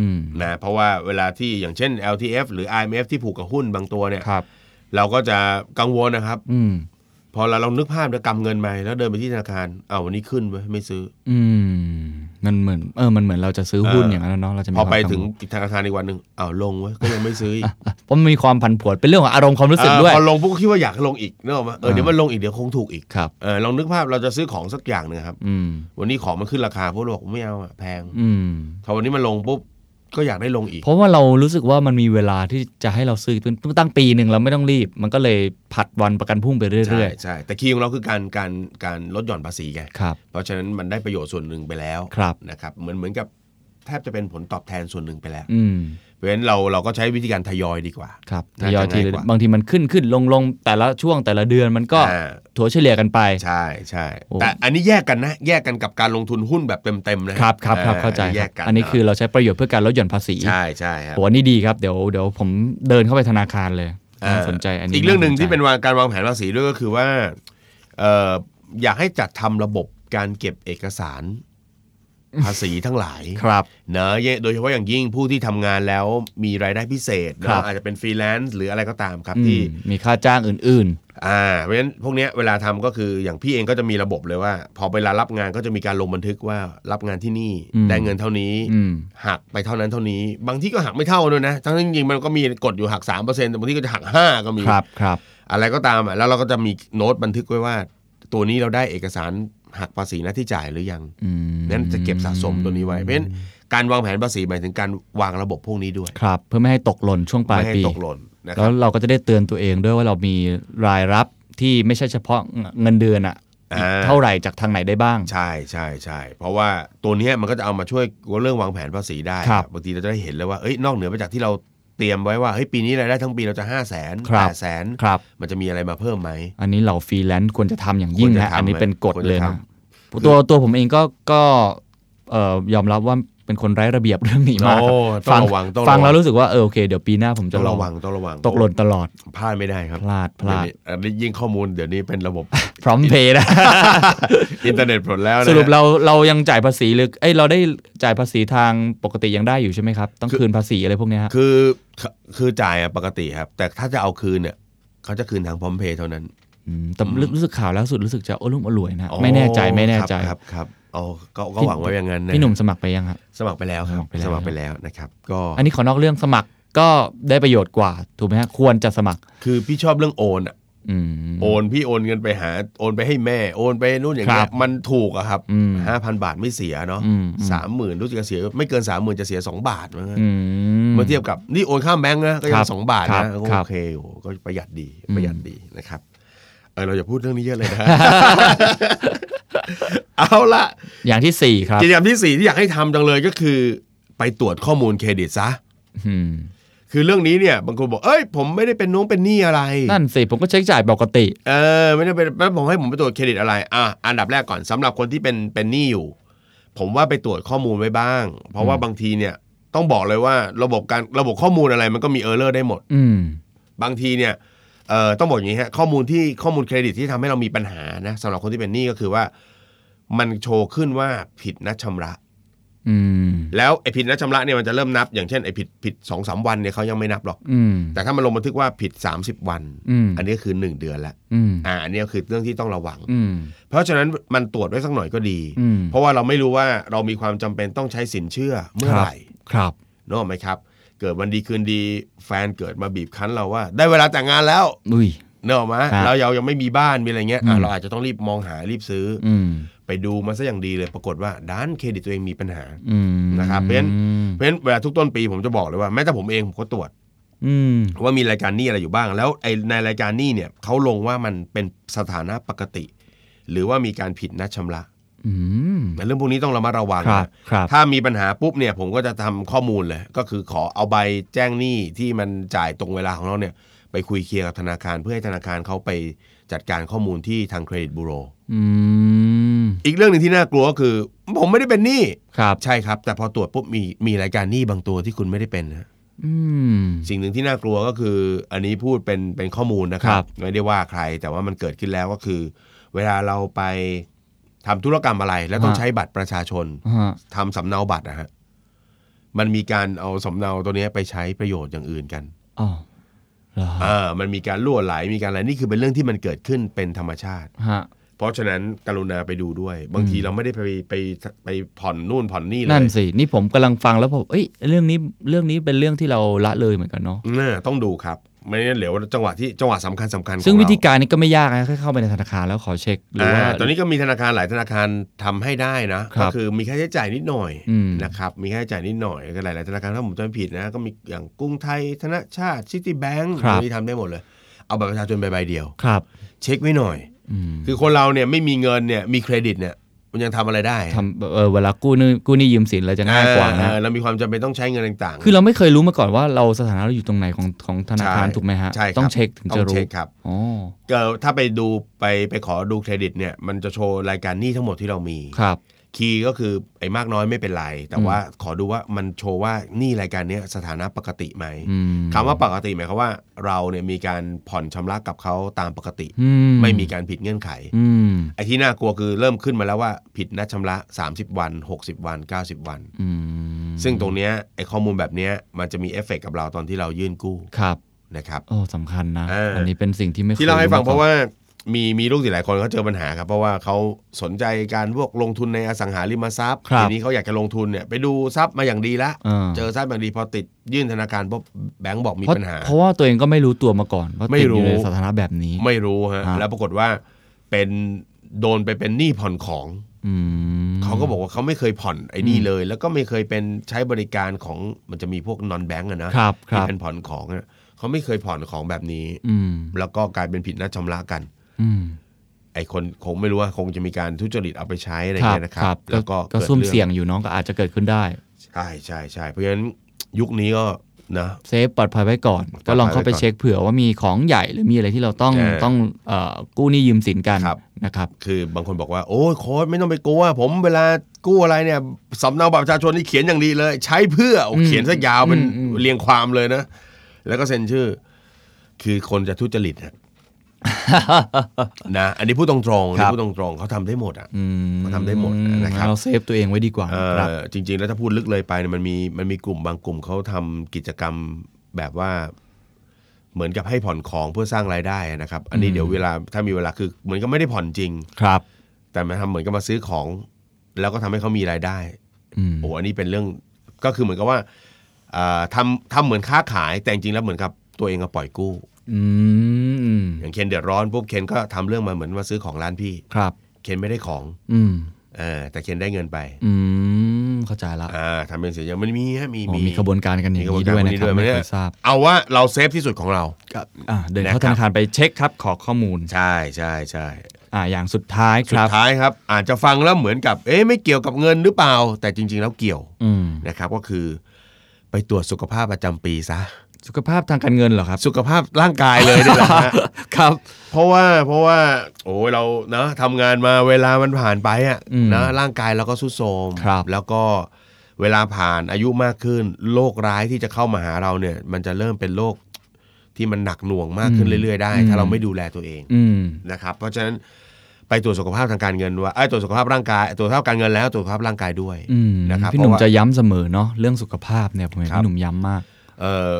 อืม ๆนะเพราะว่าเวลาที่อย่างเช่น LTF หรือ IMF ที่ผูกกับหุ้นบางตัวเนี่ย ครับ เราก็จะกังวลนะครับ อืม พอเราเรานึกภาพเรากำเงินไปแล้วเดินไปที่ธนาคารอ้าววันนี้ขึ้นไว้ยไม่ซื้อ อืม มันเหมือนเออมันเหมือนเราจะซื้อหุ้น เออ อ อ ย่างนั้นนะเนาะเราจะมี พอไป ความกัวล ถึงธนาคารอีกวันหนึ่งอ้าวลงไว้ยก็ยังไม่ซื้ออีก เพราะมันมีความผันผวนเป็นเรื่องของอารมณ์ความรู้สึกด้วย เออพอลงปุ๊บก็คิดว่าอยากลงอีกนึกออกไหมเออ อ่า เดี๋ยวมันลงอีกเดี๋ยวคงถูกอีก ครับ เออลองนึกภาพเราจะซื้อของสักอย่างหนึ่งครับ อืม วันนี้ของมันขึ้นราคาพวกเราบอกไม่เอาอะแพง อืม ถ้าวันนี้มันลงปุ๊บก็อยากได้ลงอีก เพราะว่าเรารู้สึกว่ามันมีเวลาที่จะให้เราซื้อตั้งตั้งปีหนึ่งเราไม่ต้องรีบ มันก็เลยผัดวันประกันพรุ่งไป ใช่ เรื่อย ใช่แต่คีย์ของเราคือการการการลดหย่อนภาษีไง ๆ ครับ เพราะฉะนั้นมันได้ประโยชน์ส่วนหนึ่งไปแล้ว ครับ นะครับเหมือนเหมือนกับแทบจะเป็นผลตอบแทนส่วนหนึ่งไปแล้ว อืม เพราะฉะนั้นเราเราก็ใช้วิธีการทยอยดีกว่า ครับท น่าจะ ยอยทีละ ง่ายกว่า บางทีมันขึ้นขึ้นลงลงแต่ละช่วงแต่ละเดือนมันก็ อ่า ถัวเฉลี่ยกันไป ใช่ใช่ โอ้ แต่อันนี้แยกกันนะ แยกกันกับการลงทุนหุ้นแบบเต็มๆนะครับ ครับครับ อ่ เข้าใจ อันคนี้แย รับ กกัน อันนี้คือเราใช้ประโยชน์เพื่อการลดหย่อนภาษี ใช่ใช่ครับ โหอันนี้ดีครับเดี๋ยวเดี๋ยวผมเดินเข้าไปธนาคารเลยน่าสนใจอันนี้ อีกเรื่องหนึ่ง าสใจ ที่เป็นวางการวางแผนภาษีด้วยก็คือว่าเอ่ออยากให้จัดทำระบบการเก็บเอกสาร ภาษีทั้งหลาย ครับ เนอะโดยเฉพาะอย่างยิ่งผู้ที่ทำงานแล้วมีรายได้พิเศษ ครับ เนอะอาจจะเป็นฟรีแลนซ์หรืออะไรก็ตามครับ อืม ที่ มีค่าจ้างอื่น อ่าเพราะฉะนั้นพวกเนี้ยเวลาทำก็คืออย่างพี่เองก็จะมีระบบเลยว่า พอเวลารับงานก็จะมีการลงบันทึกว่ารับงานที่นี่ อืม ได้เงินเท่านี้ ๆ อืม หักไปเท่านั้นเท่านี้ บางที่ก็หักไม่เท่าด้วยนะทั้งที่จริงๆมันก็มีกฎอยู่หัก 3%แต่บางที่ก็จะหัก 5 ก็มี ครับครับ อะไรก็ตามอ่ะแล้วเราก็จะมีโน้ตบันทึกไว้ว่า ตัวนี้เราได้เอกสารหักภาษีหน้าที่จ่ายหรือยัง อืม นั้นจะเก็บสะสมตัวนี้ไว้เพราะฉะนั้นการวางแผนภาษีหมายถึงการวางระบบพวกนี้ด้วย ครับ เพื่อไม่ให้ตกหล่นช่วงปลาย ไม่ให้ ปี ตกหล่นนะค แล้ รั ว บ เราก็จะได้เตือนตัวเองด้วยว่าเรามีรายรับที่ไม่ใช่เฉพาะเงินเดือนอะ อ่า อีกเท่าไหร่จากทางไหนได้บ้าง ใช่ใช่ใช่ เพราะว่าตัวเนี้ยมันก็จะเอามาช่วยเรื่องวางแผนภาษีได้ ครับ บางทีเราจะได้เห็นเลยว่าเอ้ยนอกเหนือไปจากที่เราเตรียมไว้ว่าเฮ้ยปีนี้รายได้ทั้งปีเราจะ 5 0 0 0 0 0 ครับ 8 0 0 0 ครับ 0 มันจะมีอะไรมาเพิ่มไหม อันนี้เหล่าฟรีแลนซ์ควรจะทำอย่างยิ่ง ควร นะ จะทำ อันนี้เป็นกฎ ควรจะ เลยนะ ท ตัวตัวผมเองก็ก็เอ่อยอมรับว่าเป็นคนไร้ระเบียบเรื่องนี้มากครับ โอ้ต้อ ฟั งระวังต้อง ฟังแล้ว ระวัง รู้สึกว่าเออโอเค เดี๋ยวปีหน้าผมจะ ต้อง ลอ ระ ง วังต้องระวัง ตกหล่นตลอด พลาดไม่ได้ครับ พลาดพลาด เดี๋ยวนี้ยิ่งข้อมูลเดี๋ยวนี้เป็นระบบ พร้อมเพย์นะ อินเทอร์เน็ตหมดแล้วนะ สรุปเราเรายังจ่ายภาษีหรือเอ้ยเราได้จ่ายภาษีทางปกติยังได้อยู่ใช่ไหมครับต้องคืนภาษีอะไรพวกเนี้ยฮะ คือคือจ่ายอะปกติครับ แต่ถ้าจะเอาคืนเนี่ยเขาจะคืนทางพร้อมเพย์เท่านั้น อืมแต่รู้รู้สึกข่าวล่าสุดรู้สึกจะโอ้ลุ่มอร่วยนะ อ๋อ ไม่แน่ใจไม่แน่ใจ ครับครับครับอ๋อก็ก็หวังไว้อย่างนั้นนะ พี่หนุ่มสมัครไปยังครับ สมัครไปแล้วครับ ส ส มั มั ค ค ร ร ไป ไป แล้ แล้ว วนะครับ ก็ อันนี้ขอนอกเรื่องสมัครก็ได้ประโยชน์กว่าถูกไหมฮะควรจะสมัคร คือพี่ชอบเรื่องโอนอะ อืม โอนพี่โอนเงินไปหาโอนไปให้แม่ โอนไปนู่นอย่างคเงี้รั ย บ มันถูกอะครับ อืม ห้าพันบาทไม่เสียเนาะ อืม สามหมื่นรู้สึกจะเสียไม่เกินสามหมื่นจะเสียสองบาทมั้งฮะ อื เมื่อเทียบกับนี่โอนข้ามแบงค์นะก็ยั ครั ง บ สองบาท ครับ นะก็ ครั โอบ เคโอ้โหก็ประหยัดดีประหยัดดีนะครับเออเราอย่าพูดเรื่องนี้เยอะเลย นะฮะ เอาละ อย่างที่สี่ครับ กิจกรรมที่สี่ที่อยากให้ทำจังเลยก็คือ ไปตรวจข้อมูลเครดิตซะ อืม คือเรื่องนี้เนี่ยบางคนบอกเอ้ยผมไม่ได้เป็นน้องเป็นหนี้อะไร นั่นสิผมก็เช็คจ่ายปกติ เออไม่ได้เป็นแล้วผมให้ผมไปตรวจเครดิตอะไรอ่ะอันดับแรกก่อนสำหรับคนที่เป็นเป็นหนี้อยู่ ผมว่าไปตรวจข้อมูลไว้บ้าง เพราะว่าบางทีเนี่ยต้องบอกเลยว่าระบบการระบบข้อมูลอะไรมันก็มีเออร์เลอร์ได้หมด อืม บางทีเนี่ยเอ่อต้องบอกอย่างนี้ฮะข้อมูลที่ข้อมูลเครดิตที่ทำให้เรามีปัญหานะสำหรับคนที่เป็นหนี้ก็คือว่า มันโชว์ขึ้นว่าผิดนัดชำระ อืม แล้วไอ้ผิดนัดชำระเนี่ยมันจะเริ่มนับ อย่างเช่นไอ้ผิดผิดสองสามวันเนี่ยเขายังไม่นับหรอก อืม แต่ถ้ามันลงบันทึกว่าผิด 30 วัน อืม อันนี้คือหนึ่งเดือนละ อืม อ่าอันนี้คือเรื่องที่ต้องระวัง อืม เพราะฉะนั้นมันตรวจไว้สักหน่อยก็ดี อืม เพราะว่าเราไม่รู้ว่าเรามีความจำเป็นต้องใช้สินเชื่อเมื่อไหร่ ครับ เนกอะไหมครับ เกิดวันดีคืนดีแฟนเกิดมาบีบคั้นเราว่า ได้เวลาแต่งงานแล้ว อุ้ย เนกอะไหม ครับ เรายังไม่มีบ้านมีอะไรเงี้ยอ่ะ อืม เราอาจจะต้องรีบมองหารีบซื้ออ อืม ไปดูมันซะอย่างดีเลย ปรากฏว่าด้านเครดิตตัวเองมีปัญหา อืม นะครับเพราะฉะนั้น อืม เพราะฉะนั้นเวลาทุกต้นปีผมจะบอกเลยว่าแม้แต่ผมเองผมก็ตรวจ อืม ว่ามีรายการหนี้อะไรอยู่บ้าง แล้วไอในรายการหนี้เนี่ยเขาลงว่ามันเป็นสถานะปกติ หรือว่ามีการผิดนัดชำระ อืม แต่เรื่องพวกนี้ต้องระมัดระวัง ครับ นะครับ ถ้ามีปัญหาปุ๊บเนี่ยผมก็จะทำข้อมูลเลย ก็คือขอเอาใบแจ้งหนี้ที่มันจ่ายตรงเวลาของเราเนี่ย ไปคุยเคลียร์กับธนาคารเพื่อให้ธนาคารเขาไปจัดการข้อมูลที่ทางเครดิตบูโร อืม อีกเรื่องหนึ่งที่น่ากลัวก็คือ ผมไม่ได้เป็นหนี้ ครับ ใช่ครับ แต่พอตรวจปุ๊บมีมีรายการหนี้บางตัวที่คุณไม่ได้เป็นนะ อืม สิ่งหนึ่งที่น่ากลัวก็คือ อันนี้พูดเป็นเป็นข้อมูลนะครั ครับ บ ไม่ได้ว่าใคร แต่ว่ามันเกิดขึ้นแล้วก็คือ เวลาเราไปทำธุรกรรมอะไร แล้วต้องใช้บัตรประชาชน ฮะ ทำสำเนาบัตรนะฮะ มันมีการเอาสำเนาตัวเนี้ยไปใช้ประโยชน์อย่างอื่นกัน อ๋อเหรอฮะ อ่ามันมีการล่วไหล มีการอะไร นี่คือเป็นเรื่องที่มันเกิดขึ้นเป็นธรรมชาติ ฮะ เพราะฉะนั้นกรุณาไปดูด้วย บางทีเราไม่ได้ไปไปไปผ่อนนู่นผ่อนนี่เลย นั่นสิ นี่ผมกำลังฟังแล้วผมเอ้ย เรื่องนี้ เรื่องนี้เป็นเรื่องที่เราละเลยเหมือนกันเนาะ น่าต้องดูครับ ไม่งั้นเดี๋ยวจังหวะที่จังหวะสำคัญสำคัญของ ซึ่งวิธี เ การนี้ก็ไม่ยากนะแค่เข้าไปในธนาคารแล้วขอเช็ค หรือว่า อ่าตอนนี้ก็มีธนาคารหลายธนาคารทำให้ได้นะ ครั ก็ บ คือมีค่าใช้จ่ายนิดหน่อย อืม นะครับ มีค่าใช้จ่ายนิดหน่อยแล้วก็หลาย ๆ ธนาคารถ้าผมจำไม่ผิดนะ ก็มีอย่างกรุงไทยธนชาติซิตี้แบงก์นี้ทำได้หมดเลย เอาบัตรประชาชนใบๆเดียว ครับ เช็คไว้หน่อย อืม คือคนเราเนี่ยไม่มีเงินเนี่ยมีเครดิตเนี่ยมันยังทำอะไรได้ ทำเออเวลากู้หนี่กู้หนี่ยืมสินเราจะง่ายกว่านะ เออเรามีความจำเป็นต้องใช้เงินต่างๆ คือเราไม่เคยรู้มาก่อนว่าเราสถานะเราอยู่ตรงไหนของของธนาคาร ใช่ ถูกไหมฮะ ใช่รับ ต้องเช็คถึง ต้ จะ อเช็ รู้ คครับ อ๋อ เกิดถ้าไปดูไปไปขอดูเครดิตเนี่ยมันจะโชว์รายการหนี้ทั้งหมดที่เรามี ครับ คีย์ก็คือไอ้มากน้อยไม่เป็นไร แต่ อืม ว่าขอดูว่ามันโชว์ว่าหนี่รายการเนี้ยสถานะปกติไหม อืม คำว่าปกติหมายความว่าเราเนี่ยมีการผ่อนชำระกับเขาตามปกติ อื ไม่มีการผิดเงื่อนไข อืม ไอ้ที่น่ากลัวคือเริ่มขึ้นมาแล้วว่าผิดนัดชำระ 30 วัน 60 วัน 90 วัน อืม ซึ่งตรงเนี้ยไอ้ข้อมูลแบบเนี้ยมันจะมีเอฟเฟกต์กับเราตอนที่เรายื่นกู้ ครับ นะครับ โอ้สำคัญนะ เอออั อันนี้เป็นสิ่งที่ไม่คย ที่เราให้ฟังเพราะ มก่อน ว่ามีมีลูกศิษย์หลายคนเขาเจอปัญหาครับเพราะว่าเขาสนใจการพวกลงทุนในอสังหาริมทรัพย์ทีนี้เขาอยากจะลงทุนเนี่ยไปดูทรัพย์มาอย่างดีละ เออ เจอทรัพย์อย่างดีพอติดยื่นธนาคารปุ๊บแบงก์บอกมี เพราะ ปัญหา เพราะว่าตัวเองก็ไม่รู้ตัวมาก่อนว่า ไม่ ติด รู้ อยู่ในสถานะแบบนี้ ไม่รู้ฮะ ครับ แล้วปรากฏว่าเป็นโดนไปเป็นหนี้ผ่อนของ อืม เขาก็บอกว่าเขาไม่เคยผ่อนไอ้นี่เลย แล้วก็ไม่เคยเป็นใช้บริการของมันจะมีพวกนอนแบงก์อะนะครับ ค ที่ รับ เป็นผ่อนของอะเขาไม่เคยผ่อนของแบบนี้ อืม แล้วก็กลายเป็นผิดนัดชำระกัน อืม ไอ้คนคงไม่รู้ว่าคงจะมีการทุจริตเอาไปใช้อะไร ครับ เงี้ยนะคครั รับ บ แล้วก็ ก็ กิด ซุ่ม รื่อง เสี่ยงอยู่เน้องก็อาจจะเกิดขึ้นได้ ใช่ใช่ใช่เพราะฉะนั้นยุคนี้ก็นะ เซฟปลอดภัยไว้ก่อน ปลอดภัย ก็ลองเข้าไปเช็คเผื่อว่ามีของใหญ่หรือมีอะไรที่เราต้อง เออ ต้องเอ่อกู้หนี้ยืมสินกัน ครับ นะครับ คือบางคนบอกว่าโอ้ยโค้ดไม่ต้องไปกลัวผมเวลากู้อะไรเนี่ยสำเนาบัตรประชาชนนี่เขียนอย่างดีเลย ใช้เพื่อโอ้ อืม เขียนซะยาวเป็น อืมอืม เรียงความเลยนะ แล้วก็เซ็นชื่อ คือคนจะทุจริตนะ นะอันนี้พูดตรงๆอันนี้พูดตรงๆเขาทำได้หมดอ่ะ อื มันทำได้หมดนะครับ เราเซฟตัวเองไว้ดีกว่า เอ่อ ครับ จริงๆ แล้วถ้าพูดลึกเลยไปเนี่ยมันมีมันมีกลุ่มบางกลุ่มเขาทำกิจกรรมแบบว่า เหมือนกับให้ผ่อนของเพื่อสร้างรายได้นะครับ อันนี้ อืม เดี๋ยวเวลาถ้ามีเวลาคือเหมือนกับไม่ได้ผ่อนจริง ครับ แต่มาทำเหมือนกับมาซื้อของ แล้วก็ทำให้เขามีรายได้ อืม โอ้อันนี้เป็นเรื่องก็คือเหมือนกับว่าเอ่อทำทำเหมือนค้าขายแต่จริงๆแล้วเหมือนกับตัวเองก็ปล่อยกู้ อืม อย่างเคนเดือดร้อนปุ๊บเคนก็ทำเรื่องมาเหมือนมาซื้อของร้านพี่ ครับ เคนไม่ได้ของ อืม เออแต่เคนได้เงินไป อืมเข้าใจละ อ่าทำเป็นเสียยังมันมีฮะมี อ๋อมีขบวนการกันอย่างนี้ด้วยนะครับไม่เคยทราบ เอาว่าเราเซฟที่สุดของเรา อ่าเดิน นะครับ เข้าธนาคารไปเช็คครับ ขอข้อมูล ใช่ใช่ใช่ อ่าอย่างสุดท้ายค สุด รับ ท้ายครับ อาจจะฟังแล้วเหมือนกับ เอ๊ะไม่เกี่ยวกับเงินหรือเปล่า แต่จริง ๆ แล้วเกี่ยว อืม นะครับก็คือ ไปตรวจสุขภาพประจำปีซะ สุขภาพทางการเงินเหรอครับ สุขภาพร่างกายเลย นี่แหละฮะ ครับ เพราะว่าเพราะว่าโอ้ยเราเนาะทำงานมาเวลามันผ่านไปอ่ะ อืม นะร่างกายเราก็สุดโทรม ครับ แล้วก็เวลาผ่านอายุมากขึ้นโรคร้ายที่จะเข้ามาหาเราเนี่ย มันจะเริ่มเป็นโรคที่มันหนักหน่วงมากขึ้นเรื่อยๆ ได้ ถ้าเราไม่ดูแลตัวเอง อืม นะครับ เพราะฉะนั้นไปตรวจสุขภาพทางการเงินว่าไอ้ยตรวจสุขภาพร่างกายตรวจสุขภาพการเงินแล้วตรวจสุขภาพร่างกายด้วย อืม นะครับ พี่หนุ่ม เพราว่า จะย้ำเสมอเนาะเรื่องสุขภาพเนี่ยผมเห็น ครับ พี่หนุ่มย้ำมาก เออ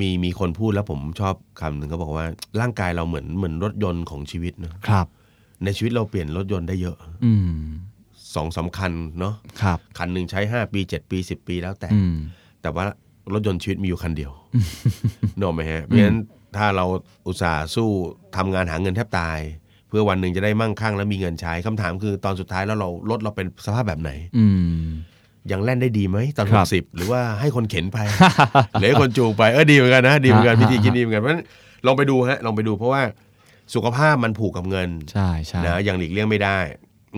มีมีคนพูดแล้วผมชอบคำหนึ่งเขาบอกว่าร่างกายเราเหมือนเหมือนรถยนต์ของชีวิตเนอะ ครับ ในชีวิตเราเปลี่ยนรถยนต์ได้เยอะ อืม สองสามคันเนาะ ครับ คันหนึ่งใช้ 5 ปี 7 ปี 10 ปีแล้วแต่ อืม แต่ว่ารถยนต์ชีวิตมีอยู่คันเดียวเนกอะไหมฮะ เพราะฉะนั้นถ้าเราอุตส่าห์สู้ทำงานหาเงินแทบตาย เพื่อวันหนึ่งจะได้มั่งคั่งและมีเงินใช้คำถามคือตอนสุดท้ายแล้วเรารถเราเป็นสภาพแบบไหน อืม ยังแล่นได้ดีไหมตอคนห รับ กสิบหรือว่าให้คนเข็น ไป หรือให้คนจูงไปเออดีเหมือนกันนะดีเหมือนกัน ฮะ พิธีคิดดีเหมือนกันเพราะฉะนั้นลองไปดูฮะลองไปดูเพราะว่าสุขภาพมันผูกกับเงิน ใช่ใช่ นะอย่างหลีกเลี่ยงไม่ได้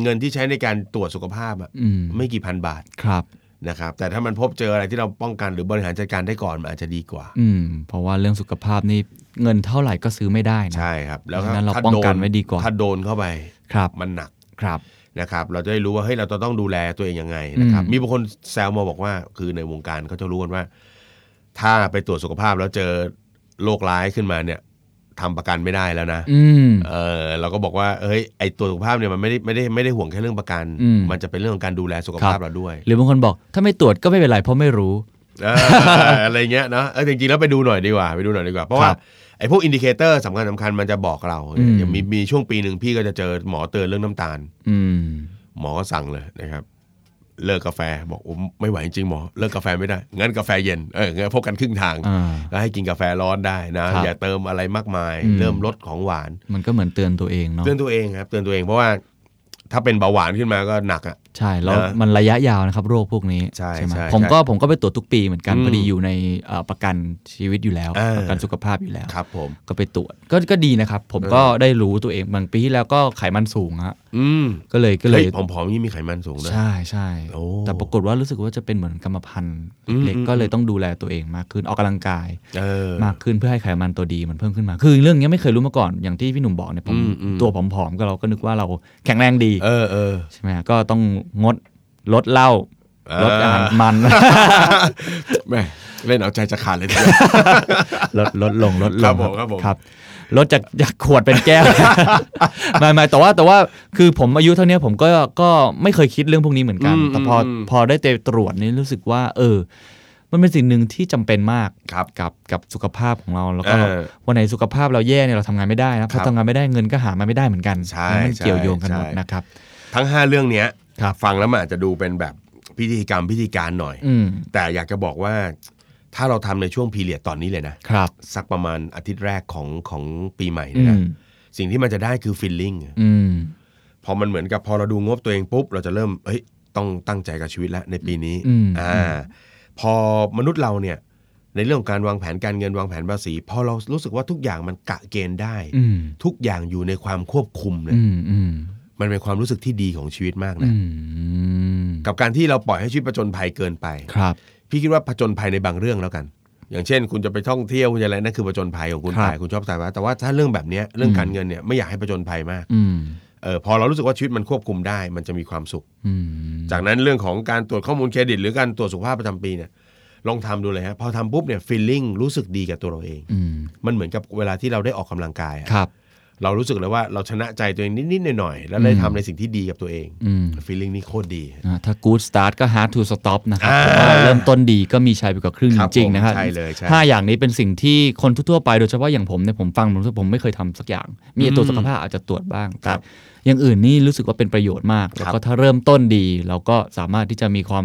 เงินที่ใช้ในการตรวจสุขภาพอะ อืม ไม่กี่พันบาท ครับ นะครับแต่ถ้ามันพบเจออะไรที่เราป้องกันหรือบริหารจัดการได้ก่อนมันอาจจะดีกว่า อืม เพราะว่าเรื่องสุขภาพนี่เงินเท่าไหร่ก็ซื้อไม่ได้นะ ใช่ครับ แล้ว เพราะฉะนั้นเรา ถ้ ป้องกันไว้ดีกว่า ถ้าโดนเข้าไป ครับ มันหนัก ครับ นะครับเราจะได้รู้ว่าเฮ้ยเราจะต้องดูแลตัวเองยังไงนะครับ อืม มีบางคนแซวมาบอกว่า คือในวงการเขาจะรู้กันว่า ถ้าไปตรวจสุขภาพแล้วเจอโรคร้ายขึ้นมาเนี่ยทำประกันไม่ได้แล้วนะ อืม เออเราก็บอกว่าเฮ้ยไอตัวจสุขภาพเนี่ยมันไม่ได้ไม่ได้ไม่ได้ห่วงแค่เรื่องประกัน อืม มันจะเป็นเรื่องของการดูแลสุข ครั ภาพ บ เราด้วย หรือบางคนบอกถ้าไม่ตรวจก็ไม่เป็นไรเพราะไม่รู้ เอ ออะไรเงี้ยเนอะเออจริงๆแล้วไปดูหน่อยดีกว่าไปดูหน่อยดีกว่า เพราะ ครั ว่า บ ไอ้พวกอินดิเคเตอร์สำคัญสำคัญมันจะบอกเรา อืม อย่างมีมีช่วงปีหนึ่งพี่ก็จะเจอหมอเตือนเรื่องน้ำตาล อืม หมอก็สั่งเลยนะครับ เลิกกาแฟบอกโอ้ไม่ไหวจริงๆหมอเลิกกาแฟไม่ได้ งั้นกาแฟเย็นเอองั้นพบกันครึ่งทาง อ่า แล้วให้กินกาแฟร้อนได้นะ ครับ อย่าเติมอะไรมากมาย อืม เริ่มลดของหวาน มันก็เหมือนเตือนตัวเองเนาะ เตือนตัวเองครับเตือนตัวเองเพราะว่าถ้าเป็นเบาหวานขึ้นมาก็หนักอ่ะ ใช่แล้ว นะ มันระยะยาวนะครับ โรคพวกนี้ ใช่ ไหม ใช่ ผม ใช่ ก็ผมก็ไปตรวจทุกปีเหมือนกัน อืม พอดีอยู่ในเอ่อประกันชีวิตอยู่แล้ว อ่า ประกันสุขภาพอยู่แล้ว ครับผม ก็ไปตรวจก็ก็ดีนะครับ ผมก็ได้รู้ตัวเองบางปีที่แล้วก็ไขมันสูงฮะ อืม ก็เลยก็เล เฮ้ ย ยผอมๆนี่มีไขมันสูงนะ ใช่ใช่ โอ้ แต่ปรากฏว่ารู้สึกว่าจะเป็นเหมือนกรรมพันธุ์เล็ก อืม ๆก็เลยต้องดูแลตัวเองมากขึ้นออกกำลังกาย เออ มากขึ้นเพื่อให้ไขมันตัวดีมันเพิ่มขึ้นมา คือเรื่องเนี้ยไม่เคยรู้มาก่อนอย่างที่พี่หนุ่มบอกเนี่ยผม อืมอืม ตัวผอมๆก็เราก็นึกว่าเราแข็งแรงดี เออเออ ใช่ไหมก็ต้องงดลดเหล้า อ่า ลดอาหารมัน แม่เล่นเอาใจจะขาดเลยทีเดียว ลดลดลงลดลง ครับผมครับผม ครับลดจากจากขวดเป็นแก้ว ไม่ไม่แต่ว่าแต่ว่าคือผมอายุเท่าเนี้ยผมก็ก็ไม่เคยคิดเรื่องพวกนี้เหมือนกัน อืม แต่พออ ม พอได้เตตรวจนี่รู้สึกว่า เออ มันเป็นสิ่งหนึ่งที่จำเป็นมาก ครับ กับกับสุขภาพของเราแล้วก็ เออ วันไหนสุขภาพเราแย่เนี่ยเราทำงานไม่ได้นะพ ครั อบทำงานไม่ได้เงินก็หามาไม่ได้เหมือนกัน ใช่ มัเกี่ยวโยงกัน ใช่ หมดนะครับ ทั้ง 5 เรื่องเนี้ย ครับ ฟังแล้วมันอาจจะดูเป็นแบบพิธีกรรมพิธีการหน่อย อืม แต่อยากจะบอกว่าถ้าเราทำในช่วงพีเรียดตอนนี้เลยนะ ครับ สักประมาณอาทิตย์แรกของของปีใหม่ อื เนยนะ ม สิ่งที่มันจะได้คือฟิลลิ่ง อืม พอมันเหมือนกับพอเราดูงบตัวเองปุ๊บ เราจะเริ่มเอ้ยต้องตั้งใจกับชีวิตแล้วในปีนี้ อืม อ่าพอมนุษย์เราเนี่ยในเรื่องของการวางแผนการเงินวางแผนภาษีพอเรารู้สึกว่าทุกอย่างมันกะเกณฑ์ได้ อืม ทุกอย่างอยู่ในความควบคุมเนี่ย อืมอืม มันเป็นความรู้สึกที่ดีของชีวิตมาก อื นะ ม กับการที่เราปล่อยให้ชีวิตผจญภัยเกินไป ครับ พี่คิดว่าผจญภัยในบางเรื่องแล้วกัน อย่างเช่น คุณจะไปท่องเที่ยวคุณจะอะไรนั่นคือผจญภัยของคุณ ครับ ไปคุณชอบสายว่าแต่ว่าถ้าเรื่องแบบเนี้ยเรื่องการเงินเนี่ยไม่อยากให้ผจญภัยมาก อืม เออพอเรารู้สึกว่าชีวิตมันควบคุมได้ มันจะมีความสุข อืม จากนั้นเรื่องของการตรวจข้อมูลเครดิต หรือการตรวจสุขภาพประจำปีเนี่ยลองทำดูเลยฮะพอทำปุ๊บเนี่ยฟีลลิ่งรู้สึกดีกับตัวเราเอง อืม มันเหมือนกับเวลาที่เราได้ออกกำลังกายอะ ครับ เรารู้สึกเลยว่าเราชนะใจตัวเองนิดๆหน่อยๆแล้วได้ทำในสิ่งที่ดีกับตัวเอง อืม ฟีลลิ่งนี่โคตรดี อ่าถ้า good start ก็ hard to stop นะครับ อ่า แต่ว่าเริ่มต้นดีก็มีชัยไปกว่าครึ่ง ครับ จริงๆนะครับ ผมใช่เลยใช่ ห้าอย่างนี้เป็นสิ่งที่คนทั่วๆไปโดยเฉพาะอย่างผมเนี่ยผมฟังผมรู้สึกผมไม่เคยทำสักอย่าง มีไอ้ตัวจสุขภาพอาจจะตรวจบ้างแต่อย่างอื่นนี่รู้สึกว่าเป็นประโยชน์มาก แล้วก็ถ้าเริ่มต้นดี เราก็สามารถที่จะมีความ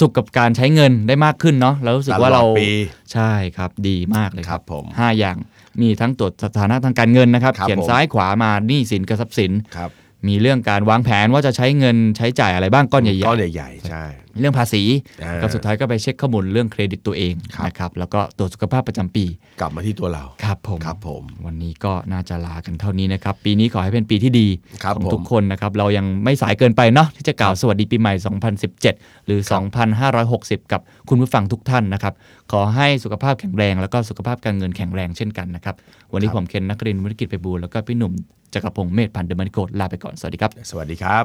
สุขกับการใช้เงินได้มากขึ้นเนาะเรารู้สึกว่าเรา ตลอดปี ใช่ครับดีมากเลยค ครั รับบ ผม ห้าอย่าง มีทั้งตรวจสถานะทางการเงินนะครับ ครับ เขียน ผม ซ้ายขวามาหนี้สินกับทรัพย์สิน ครับ มีเรื่องการวางแผนว่าจะใช้เงินใช้จ่ายอะไรบ้างก้อนใหญ่ ก้อนใหญ่ๆใช่ ๆเรื่องภาษี อ่า กับสุดท้ายก็ไปเช็คข้อมูลเรื่องเครดิตตัวเอง ครับ นะครับแล้วก็ตรวจสุขภาพประจำปี กลับมาที่ตัวเรา ครับผม ครับผม วันนี้ก็น่าจะลากันเท่านี้นะครับ ปีนี้ขอให้เป็นปีที่ดี ครับ ของ ผม ทุกคนนะครับ เรายังไม่สายเกินไปเนาะที่จะกล่าวสวัสดีปีใหม่ 2017 หรือ 2560 กับคุณผู้ฟังทุกท่านนะครับ ขอให้สุขภาพแข็งแรง แล้วก็สุขภาพการเงินแข็งแรงเช่นกันนะครับ วันนี้ผมเคนนักเรียนวิทยกิจไปบูลย์แล้วก็พี่หนุ่มจักรพงศ์เมธพันธ์เดอะมันโกดลาไปก่อนสวัสดีครับ สวัสดีครับ